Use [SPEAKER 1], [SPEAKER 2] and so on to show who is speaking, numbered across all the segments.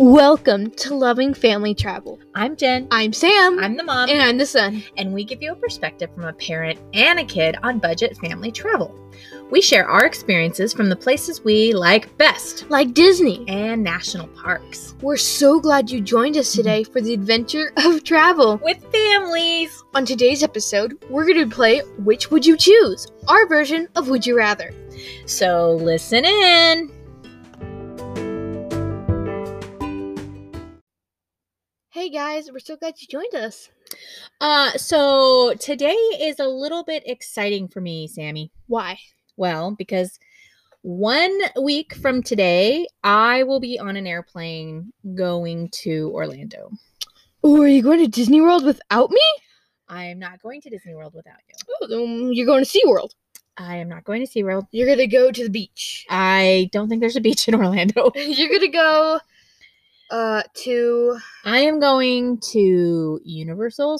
[SPEAKER 1] Welcome to Loving Family Travel.
[SPEAKER 2] I'm Jen.
[SPEAKER 1] I'm Sam.
[SPEAKER 2] I'm the mom,
[SPEAKER 1] and I'm the son.
[SPEAKER 2] and we give you a perspective from a parent and a kid on budget family travel. We share our experiences from the places we like best
[SPEAKER 1] Like Disney.
[SPEAKER 2] and national parks
[SPEAKER 1] We're so glad you joined us today for the adventure of travel.
[SPEAKER 2] with families.
[SPEAKER 1] On today's episode, we're going to play Which Would You Choose? Our version of Would You Rather.
[SPEAKER 2] So listen in.
[SPEAKER 1] Hey guys, we're so glad you joined us.
[SPEAKER 2] Uh, so today is a little bit exciting for me, Sammy.
[SPEAKER 1] Why?
[SPEAKER 2] Well, because one week from today, I will be on an airplane going to Orlando.
[SPEAKER 1] Oh, are you going to Disney World without me?
[SPEAKER 2] I am not going to Disney World without you.
[SPEAKER 1] Oh, um, you're going to SeaWorld.
[SPEAKER 2] I am not going to SeaWorld.
[SPEAKER 1] You're going to go to the beach.
[SPEAKER 2] I don't think there's a beach in Orlando.
[SPEAKER 1] you're going to go uh, to.
[SPEAKER 2] I am going to Universal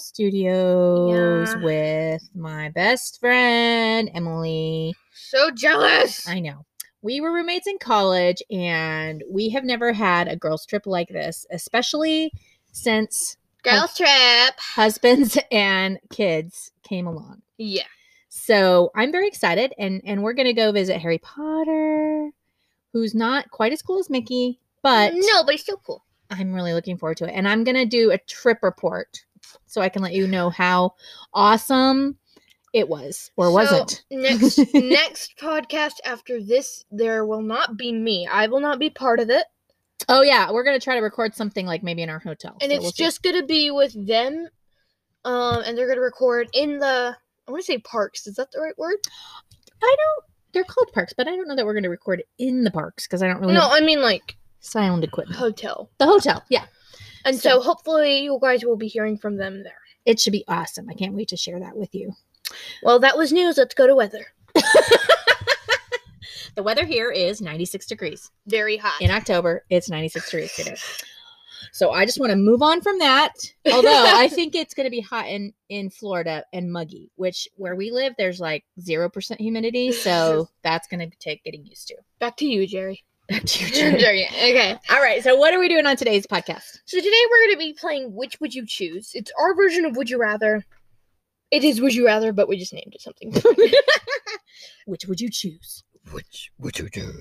[SPEAKER 2] Studios
[SPEAKER 1] Yeah.
[SPEAKER 2] with my best friend, Emily.
[SPEAKER 1] So jealous!
[SPEAKER 2] I know. We were roommates in college and we have never had a girls' trip like this, especially since
[SPEAKER 1] Girls trip.
[SPEAKER 2] husbands and kids came along.
[SPEAKER 1] Yeah.
[SPEAKER 2] So I'm very excited and, and we're going to go visit Harry Potter, who's not quite as cool as Mickey, but
[SPEAKER 1] no, but it's still cool.
[SPEAKER 2] I'm really looking forward to it. And I'm going to do a trip report so I can let you know how awesome it was or
[SPEAKER 1] So,
[SPEAKER 2] wasn't.
[SPEAKER 1] next next podcast after this, there will not be me. I will not be part of it,
[SPEAKER 2] Oh, yeah. We're going to try to record something like maybe in our hotel.
[SPEAKER 1] and
[SPEAKER 2] so
[SPEAKER 1] it's
[SPEAKER 2] we'll see.
[SPEAKER 1] just gonna be with them. Um, and they're gonna record in the I want to say parks. Is that the right word?
[SPEAKER 2] I don't. They're called parks, but I don't know that we're going to record in the parks because I don't really
[SPEAKER 1] No,
[SPEAKER 2] have
[SPEAKER 1] I mean like
[SPEAKER 2] sound equipment.
[SPEAKER 1] hotel.
[SPEAKER 2] The hotel, yeah,
[SPEAKER 1] And so, hopefully you guys will be hearing from them there.
[SPEAKER 2] it should be awesome. I can't wait to share that with you.
[SPEAKER 1] Well, that was news. Let's go to weather.
[SPEAKER 2] The weather here is 96 degrees
[SPEAKER 1] Very hot.
[SPEAKER 2] in October. It's 96 degrees today, so I just want to move on from that. Although I think it's going to be hot in in Florida and muggy, which where we live, there's like zero percent humidity, so that's going to take getting used to.
[SPEAKER 1] Back to you, Jerry.
[SPEAKER 2] Back to you,
[SPEAKER 1] Jerry.
[SPEAKER 2] Jerry.
[SPEAKER 1] Okay.
[SPEAKER 2] All right, so what are we doing on today's podcast?
[SPEAKER 1] So today we're going to be playing Which Would You Choose? It's our version of Would You Rather. It is Would You Rather, but we just named it something.
[SPEAKER 2] Which would you choose?
[SPEAKER 1] Which would you do?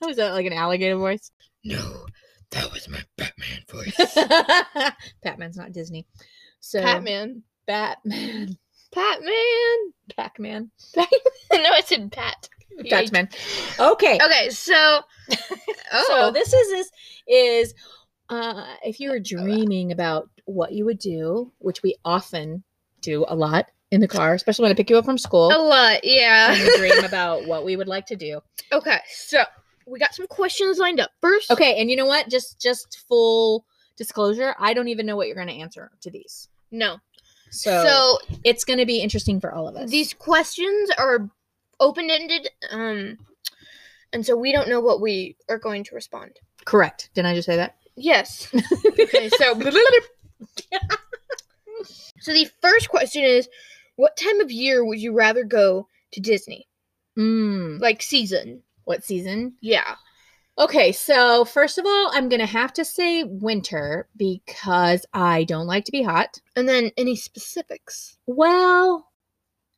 [SPEAKER 2] Was that like an alligator voice?
[SPEAKER 1] No, that was my Batman voice.
[SPEAKER 2] Batman's not Disney. So
[SPEAKER 1] Batman.
[SPEAKER 2] Batman,
[SPEAKER 1] Batman.
[SPEAKER 2] Pac-Man,
[SPEAKER 1] no, I said Pat.
[SPEAKER 2] Dutchman. Okay.
[SPEAKER 1] Okay, so oh,
[SPEAKER 2] So this is this is uh if you were dreaming about what you would do, which we often do a lot in the car, especially when I pick you up from school.
[SPEAKER 1] a lot, Oh,
[SPEAKER 2] and
[SPEAKER 1] yeah.
[SPEAKER 2] we dream about what we would like to do.
[SPEAKER 1] okay, so we got some questions lined up. First,
[SPEAKER 2] Okay, and you know what? Just just full disclosure, I don't even know what you're going to answer to these.
[SPEAKER 1] no.
[SPEAKER 2] So,
[SPEAKER 1] So,
[SPEAKER 2] it's going to be interesting for all of us.
[SPEAKER 1] these questions are open-ended um and so we don't know what we are going to respond.
[SPEAKER 2] correct. Didn't I just say that?
[SPEAKER 1] Yes. okay, so so the first question is what time of year would you rather go to Disney?
[SPEAKER 2] Mm,
[SPEAKER 1] Like season.
[SPEAKER 2] what season?
[SPEAKER 1] Yeah.
[SPEAKER 2] Okay, so first of all, I'm gonna have to say winter because I don't like to be hot.
[SPEAKER 1] And then any specifics?
[SPEAKER 2] Well,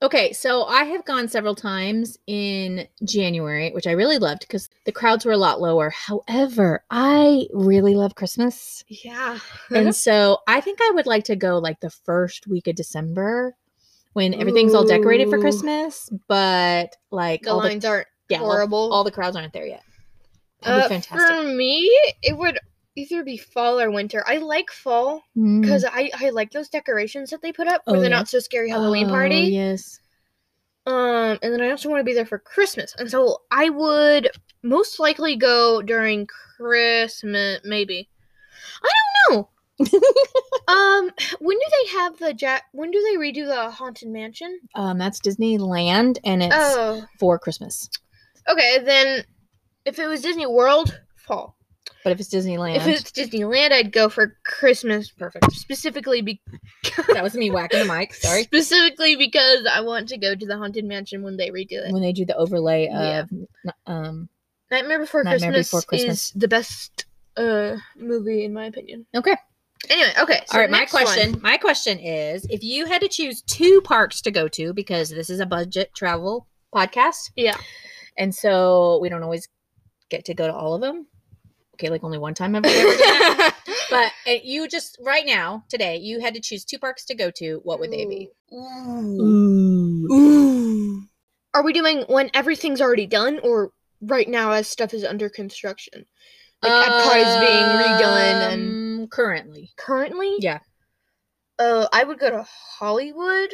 [SPEAKER 2] okay, so I have gone several times in January, which I really loved because the crowds were a lot lower. However, I really love Christmas.
[SPEAKER 1] Yeah.
[SPEAKER 2] And so I think I would like to go like the first week of December when everything's all decorated for
[SPEAKER 1] Ooh.
[SPEAKER 2] Christmas, but like
[SPEAKER 1] the
[SPEAKER 2] all
[SPEAKER 1] lines aren't
[SPEAKER 2] the, yeah, all-
[SPEAKER 1] horrible.
[SPEAKER 2] all the crowds aren't there yet. That'd
[SPEAKER 1] uh,
[SPEAKER 2] be fantastic.
[SPEAKER 1] For me, it would either be fall or winter. I like fall
[SPEAKER 2] Mm.
[SPEAKER 1] because I, I like those decorations that they put up for
[SPEAKER 2] Oh,
[SPEAKER 1] the
[SPEAKER 2] yeah.
[SPEAKER 1] not so scary Halloween
[SPEAKER 2] Oh,
[SPEAKER 1] party.
[SPEAKER 2] Yes.
[SPEAKER 1] Um, and then I also want to be there for Christmas. And so I would most likely go during Christmas, maybe. I don't know. um, when do they have the Jack? When do they redo the Haunted Mansion?
[SPEAKER 2] Um, that's Disneyland, and it's
[SPEAKER 1] Oh,
[SPEAKER 2] for Christmas.
[SPEAKER 1] okay. Then if it was Disney World, fall.
[SPEAKER 2] But if it's Disneyland,
[SPEAKER 1] If it's Disneyland, I'd go for Christmas. Perfect. Specifically, be-
[SPEAKER 2] that was me whacking the mic. Sorry.
[SPEAKER 1] Specifically because I want to go to the Haunted Mansion when they redo it.
[SPEAKER 2] When they do the overlay
[SPEAKER 1] Yeah.
[SPEAKER 2] of, um,
[SPEAKER 1] Nightmare Before
[SPEAKER 2] Nightmare
[SPEAKER 1] Christmas
[SPEAKER 2] Before Christmas.
[SPEAKER 1] is the best uh movie in my opinion.
[SPEAKER 2] Okay.
[SPEAKER 1] Anyway, okay. so
[SPEAKER 2] All right, my
[SPEAKER 1] next one.
[SPEAKER 2] question. My question is if you had to choose two parks to go to because this is a budget travel podcast.
[SPEAKER 1] Yeah.
[SPEAKER 2] And so we don't always get to go to all of them. Okay, like only one time have we ever done that. But uh, you just right now today, you had to choose two parks to go to. What would they be?
[SPEAKER 1] Ooh.
[SPEAKER 2] Ooh.
[SPEAKER 1] Ooh. Are we doing when everything's already done or right now as stuff is under construction? Like Epcot is being redone and
[SPEAKER 2] Um, currently
[SPEAKER 1] currently?
[SPEAKER 2] yeah.
[SPEAKER 1] Uh I would go to Hollywood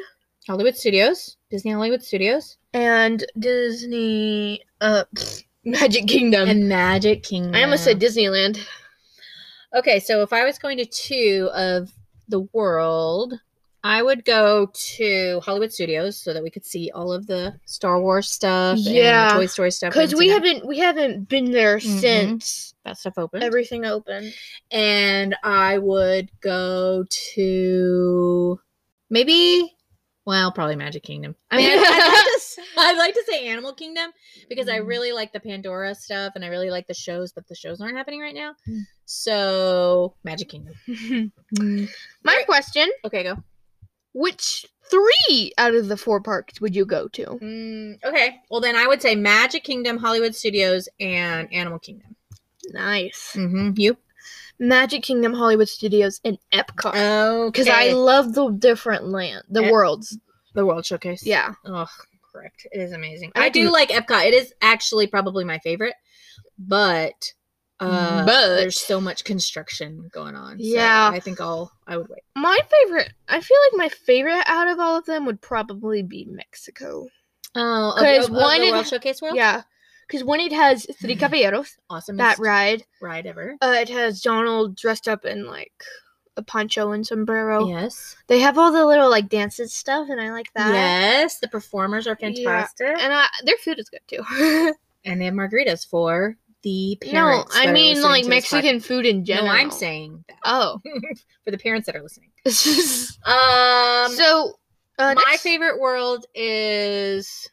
[SPEAKER 2] Hollywood Studios, Disney Hollywood Studios,
[SPEAKER 1] and Disney uh pfft, Magic Kingdom.
[SPEAKER 2] and Magic Kingdom.
[SPEAKER 1] Um, I almost said Disneyland.
[SPEAKER 2] Okay, so if I was going to two of the world, I would go to Hollywood Studios so that we could see all of the Star Wars stuff, and
[SPEAKER 1] Yeah.
[SPEAKER 2] the Toy Story stuff,
[SPEAKER 1] Because
[SPEAKER 2] and
[SPEAKER 1] we
[SPEAKER 2] see
[SPEAKER 1] haven't we haven't been there
[SPEAKER 2] Mhm.
[SPEAKER 1] since
[SPEAKER 2] that stuff open.
[SPEAKER 1] everything opened.
[SPEAKER 2] and I would go to maybe, well, probably Magic Kingdom. I mean, I, I'd, like to, s- I'd like to say Animal Kingdom because I
[SPEAKER 1] Mm.
[SPEAKER 2] really like the Pandora stuff and I really like the shows, but the shows aren't happening right now.
[SPEAKER 1] Mm.
[SPEAKER 2] So Magic Kingdom.
[SPEAKER 1] My
[SPEAKER 2] Right.
[SPEAKER 1] question:
[SPEAKER 2] Okay, go.
[SPEAKER 1] Which three out of the four parks would you go to?
[SPEAKER 2] Mm, okay. Well, then I would say Magic Kingdom, Hollywood Studios, and Animal Kingdom.
[SPEAKER 1] Nice.
[SPEAKER 2] Mm-hmm. You?
[SPEAKER 1] Magic Kingdom, Hollywood Studios, and Epcot.
[SPEAKER 2] Oh,
[SPEAKER 1] Because I love the different land, the
[SPEAKER 2] Ep-
[SPEAKER 1] worlds.
[SPEAKER 2] the World Showcase.
[SPEAKER 1] Yeah.
[SPEAKER 2] Oh, correct. It is amazing.
[SPEAKER 1] I
[SPEAKER 2] I do
[SPEAKER 1] do-
[SPEAKER 2] like Epcot. It is actually probably my favorite, but uh,
[SPEAKER 1] But-
[SPEAKER 2] there's so much construction going on. so
[SPEAKER 1] Yeah.
[SPEAKER 2] I think I'll I would wait.
[SPEAKER 1] My favorite. I feel like my favorite out of all of them would probably be Mexico.
[SPEAKER 2] Oh,
[SPEAKER 1] Because
[SPEAKER 2] because
[SPEAKER 1] one
[SPEAKER 2] one the
[SPEAKER 1] it-
[SPEAKER 2] World Showcase World.
[SPEAKER 1] Yeah. Because when it has Three Caballeros,
[SPEAKER 2] awesome.
[SPEAKER 1] that ride,
[SPEAKER 2] ride ever.
[SPEAKER 1] uh, it has Donald dressed up in like a poncho and
[SPEAKER 2] Oh,
[SPEAKER 1] sombrero.
[SPEAKER 2] Yes.
[SPEAKER 1] They have all the little like dances stuff, and I like that.
[SPEAKER 2] Yes, the performers are
[SPEAKER 1] Yeah,
[SPEAKER 2] fantastic,
[SPEAKER 1] And I, their food is good too.
[SPEAKER 2] and they have margaritas for the
[SPEAKER 1] No,
[SPEAKER 2] parents. that
[SPEAKER 1] I
[SPEAKER 2] are
[SPEAKER 1] mean
[SPEAKER 2] listening
[SPEAKER 1] like
[SPEAKER 2] to this
[SPEAKER 1] Mexican food in
[SPEAKER 2] podcast. No,
[SPEAKER 1] general.
[SPEAKER 2] I'm saying that
[SPEAKER 1] Oh.
[SPEAKER 2] for the parents that are listening.
[SPEAKER 1] so
[SPEAKER 2] Um,
[SPEAKER 1] uh,
[SPEAKER 2] my
[SPEAKER 1] next-
[SPEAKER 2] favorite world is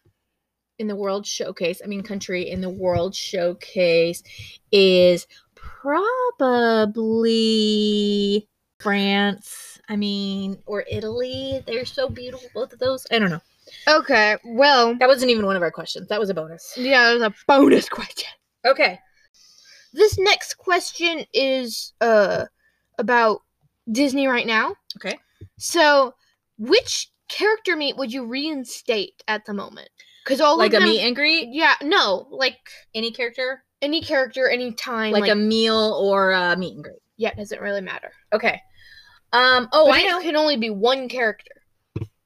[SPEAKER 2] in the world showcase. I mean, country in the world showcase is probably France. I mean, or Italy. They're so beautiful, both of those. I don't know.
[SPEAKER 1] Okay. Well,
[SPEAKER 2] That wasn't even one of our questions. That was a bonus.
[SPEAKER 1] yeah, there's a bonus question.
[SPEAKER 2] Okay.
[SPEAKER 1] This next question is uh about Disney right now.
[SPEAKER 2] Okay.
[SPEAKER 1] So, which character meet would you reinstate at the moment? Cuz all
[SPEAKER 2] like
[SPEAKER 1] of
[SPEAKER 2] a
[SPEAKER 1] them
[SPEAKER 2] meet and greet,
[SPEAKER 1] Yeah, no, like
[SPEAKER 2] any character,
[SPEAKER 1] any character any time
[SPEAKER 2] like, a meal or a meet and greet.
[SPEAKER 1] yeah, it doesn't really matter.
[SPEAKER 2] Okay. Um. Oh,
[SPEAKER 1] But
[SPEAKER 2] I
[SPEAKER 1] it
[SPEAKER 2] know.
[SPEAKER 1] can only be one character.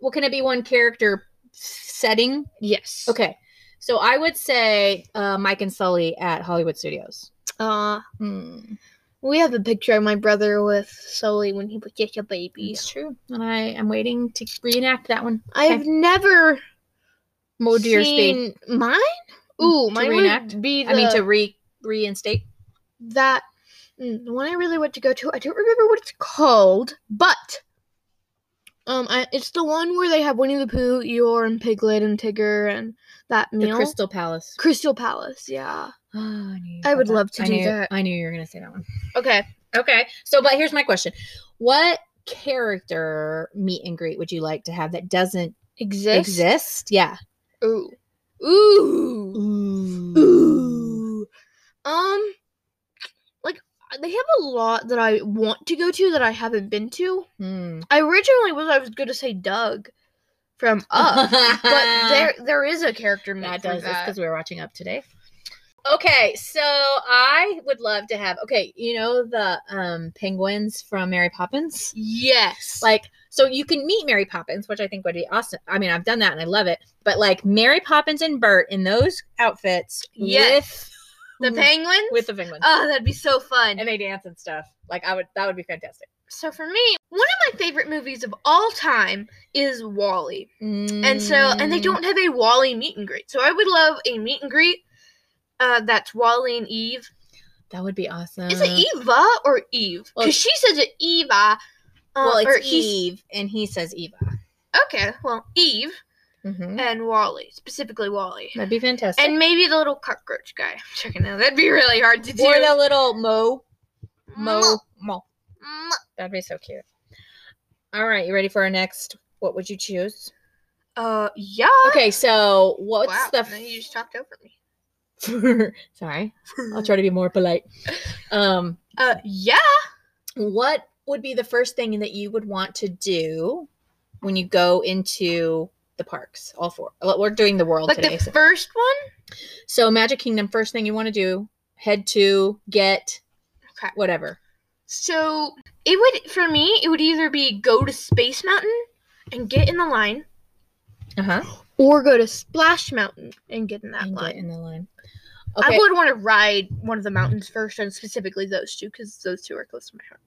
[SPEAKER 2] well, can it be one character setting?
[SPEAKER 1] Yes.
[SPEAKER 2] Okay. So I would say uh, Mike and Sully at Hollywood Studios.
[SPEAKER 1] Uh
[SPEAKER 2] Hmm,
[SPEAKER 1] We have a picture of my brother with Sully when he was just a baby.
[SPEAKER 2] It's true. And I am waiting to reenact that one.
[SPEAKER 1] I've never
[SPEAKER 2] Mo do your speed.
[SPEAKER 1] seen mine. Ooh,
[SPEAKER 2] To
[SPEAKER 1] mine
[SPEAKER 2] reenact?
[SPEAKER 1] would be the,
[SPEAKER 2] I mean, to re reinstate.
[SPEAKER 1] that mm, the one I really want to go to. I don't remember what it's called, but um, I, it's the one where they have Winnie the Pooh, Eeyore, and Piglet, and Tigger, and that
[SPEAKER 2] The
[SPEAKER 1] meal.
[SPEAKER 2] Crystal Palace.
[SPEAKER 1] Crystal Palace, yeah.
[SPEAKER 2] Oh, I, knew you
[SPEAKER 1] I
[SPEAKER 2] had
[SPEAKER 1] would love to
[SPEAKER 2] I
[SPEAKER 1] do
[SPEAKER 2] knew-
[SPEAKER 1] that.
[SPEAKER 2] I knew you were going to say that one.
[SPEAKER 1] Okay.
[SPEAKER 2] Okay. So, but here's my question What character meet and greet would you like to have that doesn't
[SPEAKER 1] Exist.
[SPEAKER 2] exist? Yeah.
[SPEAKER 1] Ooh. Ooh. Ooh. Um, like they have a lot that I want to go to that I haven't been to.
[SPEAKER 2] Hmm.
[SPEAKER 1] I originally was I was gonna say Doug from Up, but there there is a character
[SPEAKER 2] That
[SPEAKER 1] made for
[SPEAKER 2] does this
[SPEAKER 1] that.
[SPEAKER 2] because we were watching up today. Okay, so I would love to have okay, you know the um penguins from Mary Poppins?
[SPEAKER 1] Yes, like
[SPEAKER 2] Like so you can meet Mary Poppins, which I think would be awesome. I mean, I've done that and I love it, but like Mary Poppins and Bert in those outfits
[SPEAKER 1] Yes. the
[SPEAKER 2] with
[SPEAKER 1] penguins.
[SPEAKER 2] mm, with the penguins.
[SPEAKER 1] oh, that'd be so fun.
[SPEAKER 2] and they dance and stuff. Like I would that would be fantastic.
[SPEAKER 1] so for me, one of my favorite movies of all time is Wally, Mm, and so and
[SPEAKER 2] Mm.
[SPEAKER 1] they don't have a Wally meet and greet. So I would love a meet and greet. Uh, that's Wally and Eve.
[SPEAKER 2] That would be awesome.
[SPEAKER 1] Is it Eva or Eve? Because
[SPEAKER 2] Mm-hmm. Well-
[SPEAKER 1] she says it Eva. uh,
[SPEAKER 2] Well,
[SPEAKER 1] or
[SPEAKER 2] it's
[SPEAKER 1] he's-
[SPEAKER 2] Eve and he says Eva.
[SPEAKER 1] Okay, well, Eve
[SPEAKER 2] Mhm.
[SPEAKER 1] and Wally, specifically Wally.
[SPEAKER 2] That'd be fantastic.
[SPEAKER 1] And maybe the little cockroach guy. I'm checking out. That'd be really hard to do.
[SPEAKER 2] or the little Mo Mo. Mo. That'd be so cute. All right, you ready for our next? What would you choose?
[SPEAKER 1] Uh, yeah.
[SPEAKER 2] Okay, so what's
[SPEAKER 1] wow.
[SPEAKER 2] the
[SPEAKER 1] now you just talked over me.
[SPEAKER 2] f- sorry? I'll try to be more polite. Um,
[SPEAKER 1] Uh, yeah.
[SPEAKER 2] what would be the first thing that you would want to do when you go into the parks? All four. Well, We're doing the world
[SPEAKER 1] Like
[SPEAKER 2] today.
[SPEAKER 1] the
[SPEAKER 2] so-
[SPEAKER 1] first one.
[SPEAKER 2] so Magic Kingdom, first thing you want to do, head to, get,
[SPEAKER 1] Okay.
[SPEAKER 2] whatever.
[SPEAKER 1] So it would for me, it would either be go to Space Mountain and get in the line,
[SPEAKER 2] Uh-huh.
[SPEAKER 1] or go to Splash Mountain and get in that
[SPEAKER 2] And get
[SPEAKER 1] line.
[SPEAKER 2] in the line. Okay.
[SPEAKER 1] I would want to ride one of the mountains first, and specifically those two, because those two are close to my heart.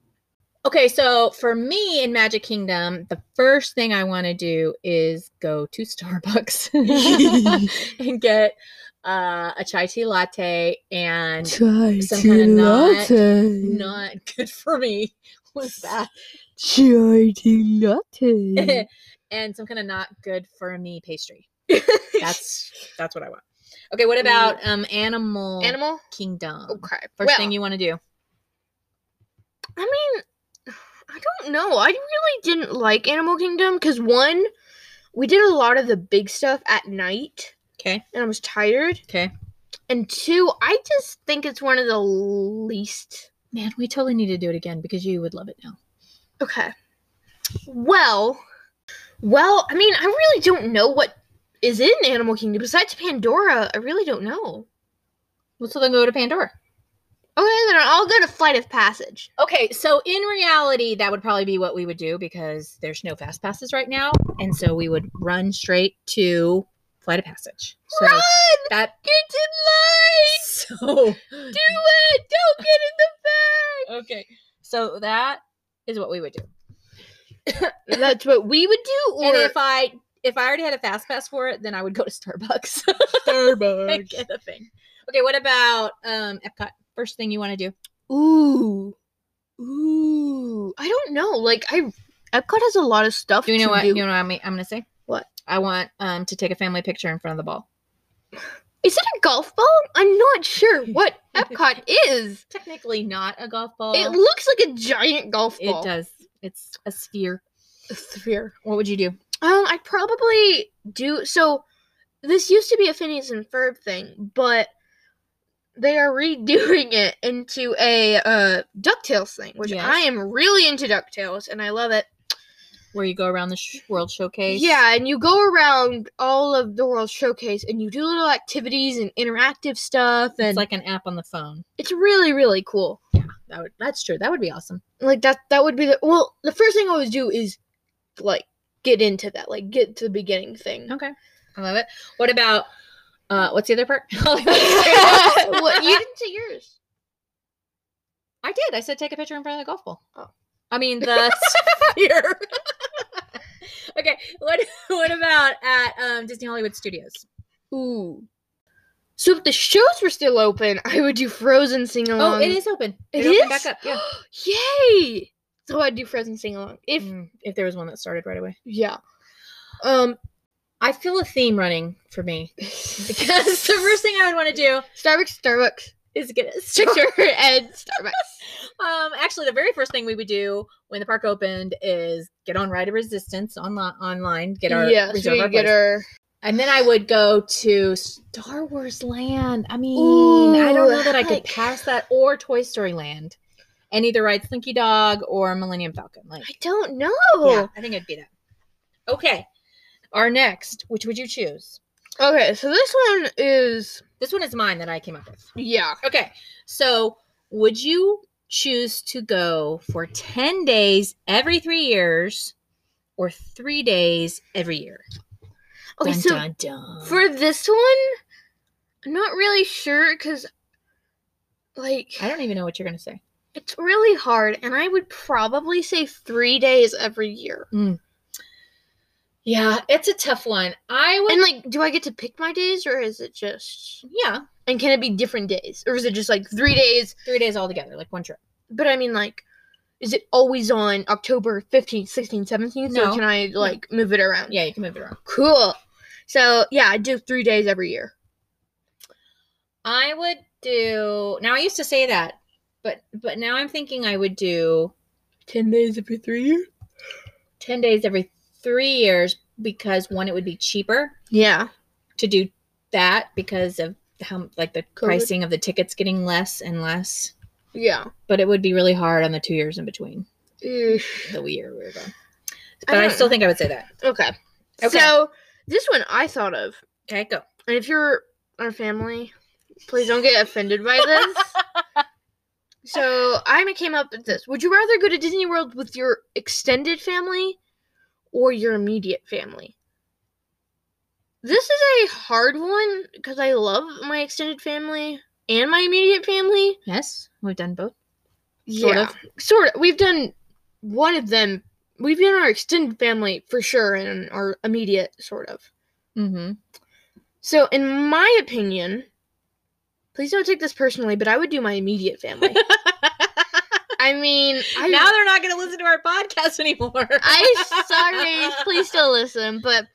[SPEAKER 2] Okay, so for me in Magic Kingdom, the first thing I want to do is go to Starbucks and get uh, a chai tea latte and
[SPEAKER 3] Chai
[SPEAKER 2] some
[SPEAKER 3] tea
[SPEAKER 2] kinda knot-
[SPEAKER 3] latte.
[SPEAKER 2] not good for me was that
[SPEAKER 3] Chai tea latte.
[SPEAKER 1] Mm-hmm.
[SPEAKER 2] and some kind of not good for me pastry. That's that's what I want. Okay, what about um Animal,
[SPEAKER 1] Animal.
[SPEAKER 2] Kingdom?
[SPEAKER 1] Okay.
[SPEAKER 2] First
[SPEAKER 1] well,
[SPEAKER 2] thing you want to do.
[SPEAKER 1] I mean, I don't know. I really didn't like Animal Kingdom because one, we did a lot of the big stuff at night.
[SPEAKER 2] Okay.
[SPEAKER 1] And I was tired.
[SPEAKER 2] Okay.
[SPEAKER 1] And two, I just think it's one of the least.
[SPEAKER 2] Man, we totally need to do it again because you would love it now.
[SPEAKER 1] Okay. Well, well, I mean, I really don't know what is in Animal Kingdom besides Pandora. I really don't know.
[SPEAKER 2] Let's then go to Pandora.
[SPEAKER 1] Okay, then I'll go to Flight of Passage.
[SPEAKER 2] Okay, so in reality, that would probably be what we would do because there's no fast passes right now, and so we would run straight to Flight of Passage. So
[SPEAKER 1] Run!
[SPEAKER 2] that
[SPEAKER 1] Get in
[SPEAKER 2] so
[SPEAKER 1] line! Do it! Don't get in the bag!
[SPEAKER 2] okay, so that is what we would do.
[SPEAKER 1] That's what we would do. Or
[SPEAKER 2] and if I if I already had a fast pass for it, then I would go to Starbucks and
[SPEAKER 3] Starbucks.
[SPEAKER 2] get the thing. Okay, what about um Epcot? First thing you want to do?
[SPEAKER 1] ooh, ooh, I don't know. Like I, Epcot has a lot of stuff.
[SPEAKER 2] Do you know
[SPEAKER 1] to
[SPEAKER 2] what
[SPEAKER 1] do.
[SPEAKER 2] you know what I'm, I'm gonna say?
[SPEAKER 1] What?
[SPEAKER 2] I want um to take a family picture in front of the ball.
[SPEAKER 1] Is it a golf ball? I'm not sure what Epcot is.
[SPEAKER 2] Technically, not a golf ball.
[SPEAKER 1] It looks like a giant golf ball.
[SPEAKER 2] It does. It's a sphere.
[SPEAKER 1] Sphere.
[SPEAKER 2] What would you do?
[SPEAKER 1] Um, I probably do. So this used to be a Phineas and Ferb thing, but they are redoing it into a uh Ducktales thing, which
[SPEAKER 2] Yes.
[SPEAKER 1] I am really into Ducktales, and I love it.
[SPEAKER 2] Where you go around the sh- World Showcase?
[SPEAKER 1] Yeah, and you go around all of the World Showcase and you do little activities and interactive stuff, and
[SPEAKER 2] It's like an app on the phone.
[SPEAKER 1] it's really really cool.
[SPEAKER 2] That would, that's true. That would be awesome.
[SPEAKER 1] Like that that would be the well, the first thing I always do is like get into that, like get to the beginning thing.
[SPEAKER 2] Okay. I love it. What about, uh, what's the other part?
[SPEAKER 1] what you didn't say yours.
[SPEAKER 2] I did. I said take a picture in front of the golf ball.
[SPEAKER 1] Oh.
[SPEAKER 2] I mean, the sphere. okay. What, what about at um, Disney Hollywood Studios?
[SPEAKER 1] Ooh. So if the shows were still open, I would do Frozen sing along.
[SPEAKER 2] oh, it is open.
[SPEAKER 1] It
[SPEAKER 2] opened
[SPEAKER 1] is?
[SPEAKER 2] back up. Yeah.
[SPEAKER 1] Yay! So I'd do Frozen sing along. If
[SPEAKER 2] Mm, if there was one that started right away.
[SPEAKER 1] yeah. Um
[SPEAKER 2] I feel a theme running for me because the first thing I would want to do
[SPEAKER 1] Starbucks, Starbucks,
[SPEAKER 2] is get a picture.
[SPEAKER 1] picture and Starbucks.
[SPEAKER 2] Um, actually, the very first thing we would do when the park opened is get on Ride of Resistance online. Online, get our
[SPEAKER 1] yeah, so
[SPEAKER 2] reserve
[SPEAKER 1] we
[SPEAKER 2] our
[SPEAKER 1] could get
[SPEAKER 2] place.
[SPEAKER 1] our
[SPEAKER 2] and then I would go to Star Wars Land. I mean, I don't
[SPEAKER 1] Ooh,
[SPEAKER 2] know that I
[SPEAKER 1] heck.
[SPEAKER 2] could pass that or Toy Story Land, and either ride Slinky Dog or Millennium Falcon. Like,
[SPEAKER 1] I don't know.
[SPEAKER 2] yeah, I think I'd be that. Okay, our next, which would you choose?
[SPEAKER 1] Okay, so this one is
[SPEAKER 2] This one is mine that I came up with.
[SPEAKER 1] yeah.
[SPEAKER 2] Okay. So, would you choose to go for 10 days every 3 years or 3 days every year?
[SPEAKER 1] Okay,
[SPEAKER 2] Dun,
[SPEAKER 1] so
[SPEAKER 2] dun, dun.
[SPEAKER 1] for this one, I'm not really sure because like
[SPEAKER 2] I don't even know what you're going to say.
[SPEAKER 1] it's really hard, and I would probably say three days every year.
[SPEAKER 2] Yeah, it's a tough one. I would
[SPEAKER 1] And like, do I get to pick my days, or is it just
[SPEAKER 2] yeah,
[SPEAKER 1] and can it be different days, or is it just like three days?
[SPEAKER 2] 3 days all together, like one trip.
[SPEAKER 1] But I mean, like, is it always on October 15th, 16th, 17th?
[SPEAKER 2] No.
[SPEAKER 1] Or can I, like, move it around?
[SPEAKER 2] Yeah, you can move it around.
[SPEAKER 1] Cool. So, yeah, I do three days every year.
[SPEAKER 2] I would do Now I used to say that, But but now I'm thinking I would do
[SPEAKER 3] 10 days every three years?
[SPEAKER 2] 10 days every 3 years because one it would be cheaper
[SPEAKER 1] Yeah.
[SPEAKER 2] to do that because of how like the
[SPEAKER 1] COVID.
[SPEAKER 2] pricing of the tickets getting less and less.
[SPEAKER 1] Yeah.
[SPEAKER 2] But it would be really hard on the 2 years in between
[SPEAKER 1] Eesh.
[SPEAKER 2] the year we were going.
[SPEAKER 1] I
[SPEAKER 2] But I,
[SPEAKER 1] don't
[SPEAKER 2] still
[SPEAKER 1] know.
[SPEAKER 2] think I would say that.
[SPEAKER 1] Okay.
[SPEAKER 2] Okay.
[SPEAKER 1] So this one I thought of,
[SPEAKER 2] Okay, go.
[SPEAKER 1] and if you're our family, please don't get offended by this. so I came up with this: Would you rather go to Disney World with your extended family or your immediate family? This is a hard one because I love my extended family and my immediate family.
[SPEAKER 2] Yes, we've done both.
[SPEAKER 1] Sort
[SPEAKER 2] Yeah.
[SPEAKER 1] of. Sort of. We've done one of them. We've done our extended family for sure and our immediate sort of.
[SPEAKER 2] Mm-hmm.
[SPEAKER 1] So, in my opinion, please don't take this personally, but I would do my immediate family. I mean, I,
[SPEAKER 2] now they're not going to listen to our podcast anymore.
[SPEAKER 1] I sorry, please still listen, but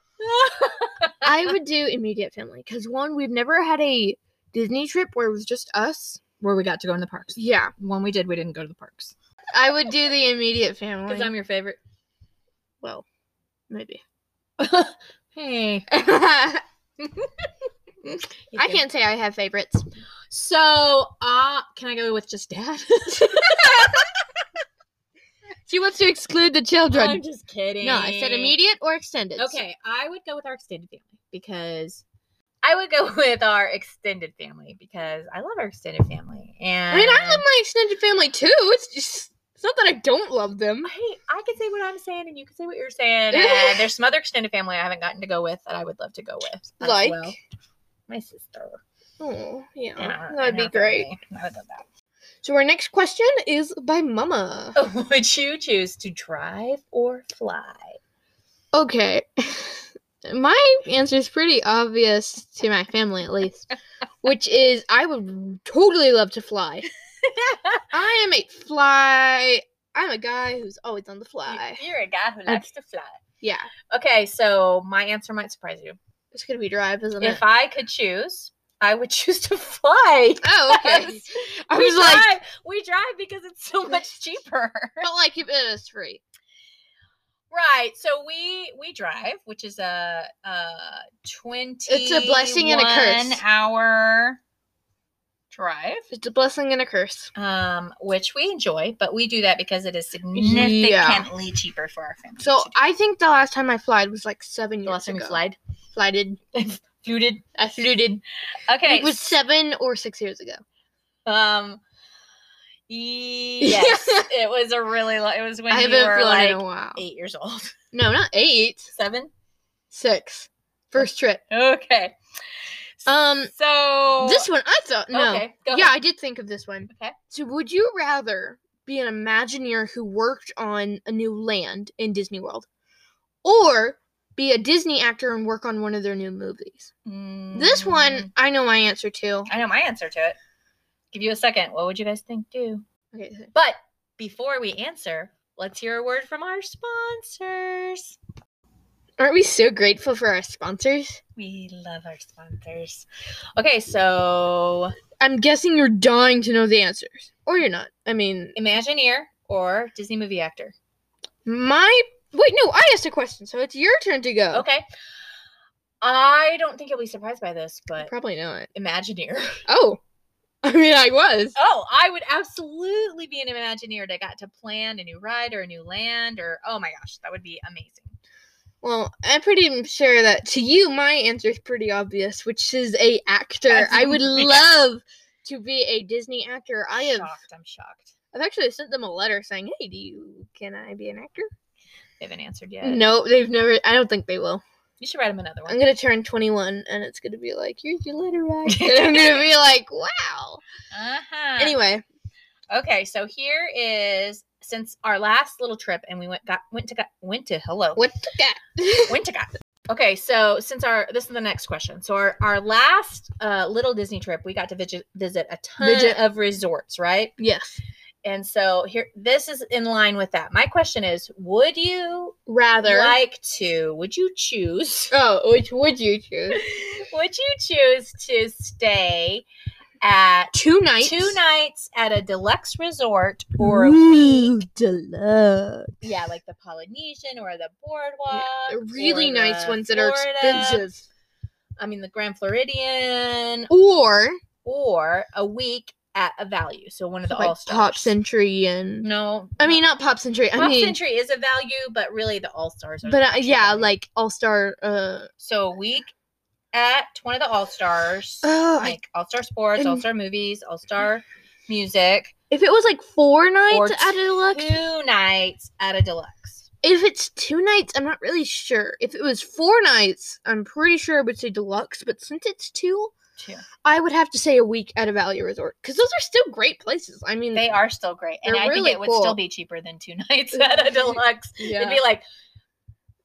[SPEAKER 1] I would do immediate family because one, we've never had a Disney trip where it was just us.
[SPEAKER 2] Where we got to go in the parks.
[SPEAKER 1] Yeah,
[SPEAKER 2] When we did, we didn't go to the parks
[SPEAKER 1] I would do the immediate family.
[SPEAKER 2] because I'm your favorite.
[SPEAKER 1] well, maybe.
[SPEAKER 2] hey,
[SPEAKER 1] I
[SPEAKER 2] you too.
[SPEAKER 1] can't say I have favorites.
[SPEAKER 2] So, uh, can I go with just dad?
[SPEAKER 1] She wants to exclude the children.
[SPEAKER 2] I'm just kidding.
[SPEAKER 1] no, I said immediate or extended.
[SPEAKER 2] Okay, I would go with our extended family because I would go with our extended family because I love our extended family. And
[SPEAKER 1] I mean, I love my extended family too. It's just it's not that I don't love them.
[SPEAKER 2] Hey, I could say what I'm saying, and you could say what you're saying. And there's some other extended family I haven't gotten to go with that I would love to go with. as
[SPEAKER 1] Like?
[SPEAKER 2] well. my sister.
[SPEAKER 1] Oh, yeah.
[SPEAKER 2] and our-
[SPEAKER 1] That'd
[SPEAKER 2] and
[SPEAKER 1] be
[SPEAKER 2] our
[SPEAKER 1] great.
[SPEAKER 2] family. I would love that.
[SPEAKER 1] So our next question is by Mama.
[SPEAKER 2] Would you choose to drive or fly?
[SPEAKER 1] Okay. My answer is pretty obvious to my family at least, which is I would totally love to fly. I am a fly. I'm a guy who's always on the fly.
[SPEAKER 2] You're a guy who likes to fly.
[SPEAKER 1] Yeah.
[SPEAKER 2] Okay, so my answer might surprise you.
[SPEAKER 1] It's gonna be drive, isn't
[SPEAKER 2] If
[SPEAKER 1] it?
[SPEAKER 2] I could choose, I would choose to fly.
[SPEAKER 1] oh, okay.
[SPEAKER 2] Yes.
[SPEAKER 1] I
[SPEAKER 2] we
[SPEAKER 1] was like,
[SPEAKER 2] drive, we drive because it's so much cheaper.
[SPEAKER 1] felt like if it was free.
[SPEAKER 2] right. So we we drive, which is a a twenty.
[SPEAKER 1] blessing and a curse.
[SPEAKER 2] Hour drive.
[SPEAKER 1] It's a blessing and a curse.
[SPEAKER 2] Um, which we enjoy, but we do that because it is significantly cheaper for our family.
[SPEAKER 1] So I think the last time I flied was like seven years
[SPEAKER 2] the last time
[SPEAKER 1] ago.
[SPEAKER 2] we flied,
[SPEAKER 1] Flighted.
[SPEAKER 2] fluted.
[SPEAKER 1] I fluted.
[SPEAKER 2] Okay,
[SPEAKER 1] It was seven or six years ago.
[SPEAKER 2] Um. Yes, it was a really. Lo- it was when
[SPEAKER 1] I
[SPEAKER 2] you
[SPEAKER 1] haven't
[SPEAKER 2] were
[SPEAKER 1] flown
[SPEAKER 2] like
[SPEAKER 1] in a while.
[SPEAKER 2] eight years old,
[SPEAKER 1] No, not eight.
[SPEAKER 2] seven.
[SPEAKER 1] Six. First trip.
[SPEAKER 2] Okay.
[SPEAKER 1] Um,
[SPEAKER 2] So
[SPEAKER 1] This one I thought no.
[SPEAKER 2] Okay. Go
[SPEAKER 1] Yeah,
[SPEAKER 2] ahead.
[SPEAKER 1] I did think of this one.
[SPEAKER 2] Okay.
[SPEAKER 1] So would you rather be an Imagineer who worked on a new land in Disney World? Or be a Disney actor and work on one of their new movies. This
[SPEAKER 2] Mm,
[SPEAKER 1] one I know my answer to.
[SPEAKER 2] I know my answer to it. Give you a second. What would you guys think? Do.
[SPEAKER 1] Okay, so-
[SPEAKER 2] But before we answer, let's hear a word from our sponsors.
[SPEAKER 1] aren't we so grateful for our sponsors?
[SPEAKER 2] We love our sponsors. Okay, so
[SPEAKER 1] I'm guessing you're dying to know the answers. Or you're not. I mean,
[SPEAKER 2] Imagineer or Disney movie actor.
[SPEAKER 1] my. Wait, no, I asked a question, so it's your turn to go.
[SPEAKER 2] Okay. I don't think you'll be surprised by this,
[SPEAKER 1] You
[SPEAKER 2] but
[SPEAKER 1] Probably not.
[SPEAKER 2] Imagineer.
[SPEAKER 1] Oh. I mean, I was.
[SPEAKER 2] Oh, I would absolutely be an Imagineer that got to plan a new ride or a new land or oh my gosh, that would be amazing.
[SPEAKER 1] Well, I'm pretty sure that to you, my answer is pretty obvious, which is a actor. I would
[SPEAKER 2] Absolutely.
[SPEAKER 1] love to be a Disney actor. I have.
[SPEAKER 2] shocked. I'm shocked.
[SPEAKER 1] I've actually sent them a letter saying, "Hey, do you can I be an actor?"
[SPEAKER 2] They haven't answered yet.
[SPEAKER 1] No, they've never. I don't think they will.
[SPEAKER 2] You should write them another
[SPEAKER 1] I'm
[SPEAKER 2] one.
[SPEAKER 1] gonna turn 21, and it's gonna be like, "Here's your letter, right?" and I'm gonna be like, "Wow."
[SPEAKER 2] Uh-huh.
[SPEAKER 1] Anyway,
[SPEAKER 2] Okay, so here is since our last little trip and we went got went to got went to hello.
[SPEAKER 1] What the cat?
[SPEAKER 2] Went to got Okay, so since our this is the next question. So our our last uh, little Disney trip, we got to visit visit a ton
[SPEAKER 1] Visit.
[SPEAKER 2] of resorts, right?
[SPEAKER 1] yes.
[SPEAKER 2] And so here, this is in line with that. My question is: Would you
[SPEAKER 1] Rather.
[SPEAKER 2] like to? Would you choose?
[SPEAKER 1] oh, which would you choose?
[SPEAKER 2] would you choose to stay at
[SPEAKER 1] Two nights.
[SPEAKER 2] two nights at a deluxe resort or a
[SPEAKER 3] Ooh, deluxe.
[SPEAKER 2] yeah, like the Polynesian or the Boardwalk.
[SPEAKER 1] Uh, Really
[SPEAKER 2] or
[SPEAKER 1] nice
[SPEAKER 2] the
[SPEAKER 1] ones that are
[SPEAKER 2] Florida-
[SPEAKER 1] expensive.
[SPEAKER 2] I mean, the Grand Floridian,
[SPEAKER 1] Or
[SPEAKER 2] or a week at a value. So one of the all
[SPEAKER 1] like
[SPEAKER 2] stars.
[SPEAKER 1] Pop Century and
[SPEAKER 2] No,
[SPEAKER 1] I mean not Pop Century. I
[SPEAKER 2] Pop
[SPEAKER 1] mean,
[SPEAKER 2] Century is a value, but really the all stars.
[SPEAKER 1] but uh, yeah, like All Star. Uh,
[SPEAKER 2] so a week at one of the all stars,
[SPEAKER 1] oh, I-
[SPEAKER 2] like all star sports,
[SPEAKER 1] and-
[SPEAKER 2] all star movies, all star music.
[SPEAKER 1] if it was like four
[SPEAKER 2] Or
[SPEAKER 1] nights at a deluxe,
[SPEAKER 2] Two nights at a deluxe.
[SPEAKER 1] if it's two nights, I'm not really sure. If it was four nights, I'm pretty sure it would say deluxe. But since it's two,
[SPEAKER 2] Two.
[SPEAKER 1] I would have to say a week at a value resort because those are still great places. I mean,
[SPEAKER 2] They are still great, and
[SPEAKER 1] They're
[SPEAKER 2] I
[SPEAKER 1] really
[SPEAKER 2] think it would
[SPEAKER 1] cool.
[SPEAKER 2] still be cheaper than two nights at a deluxe. It'd be like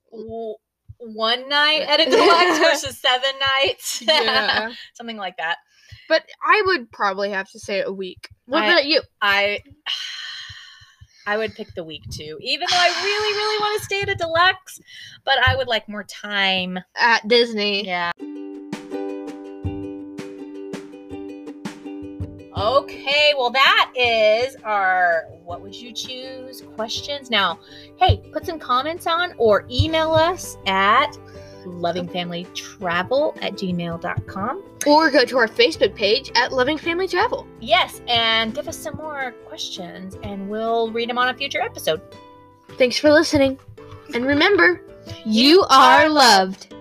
[SPEAKER 2] w- one night at a deluxe versus seven nights,
[SPEAKER 1] yeah.
[SPEAKER 2] something like that.
[SPEAKER 1] But I would probably have to say a week. What
[SPEAKER 2] I-
[SPEAKER 1] about you?
[SPEAKER 2] I I would pick the week too, even though I really, really want to stay at a deluxe, but I would like more time.
[SPEAKER 1] At Disney.
[SPEAKER 2] Yeah. Okay, well that is our what would you choose questions. Now, hey, put some comments on or email us at lovingfamilytravel at gmail.com.
[SPEAKER 1] Or go to our Facebook page at Loving Family Travel.
[SPEAKER 2] Yes, and give us some more questions and we'll read them on a future episode.
[SPEAKER 1] Thanks for listening. And remember, you
[SPEAKER 2] are
[SPEAKER 1] are loved.